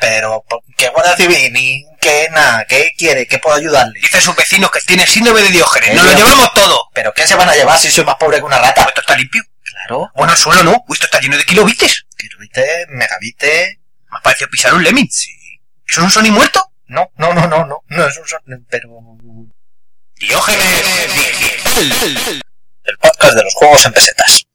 pero ¿qué guardia civil? Ni qué nada, ¿qué quiere? ¿Qué puedo ayudarle? Dice sus vecinos que tiene síndrome de ¿Eh, Diógenes. ¡Nos lo Dios? llevamos todo! ¿Pero qué se van a llevar si soy más pobre que una rata? Esto está limpio. Claro, Bueno, el suelo no. Uy, Esto está lleno de kilobites. kilovite, megavite... Me ha parecido pisar un lemming. Sí. ¿Eso es un Sony muerto? No, no, no, no, no, no es un sor- pero... Diógenes. El podcast de los juegos en pesetas.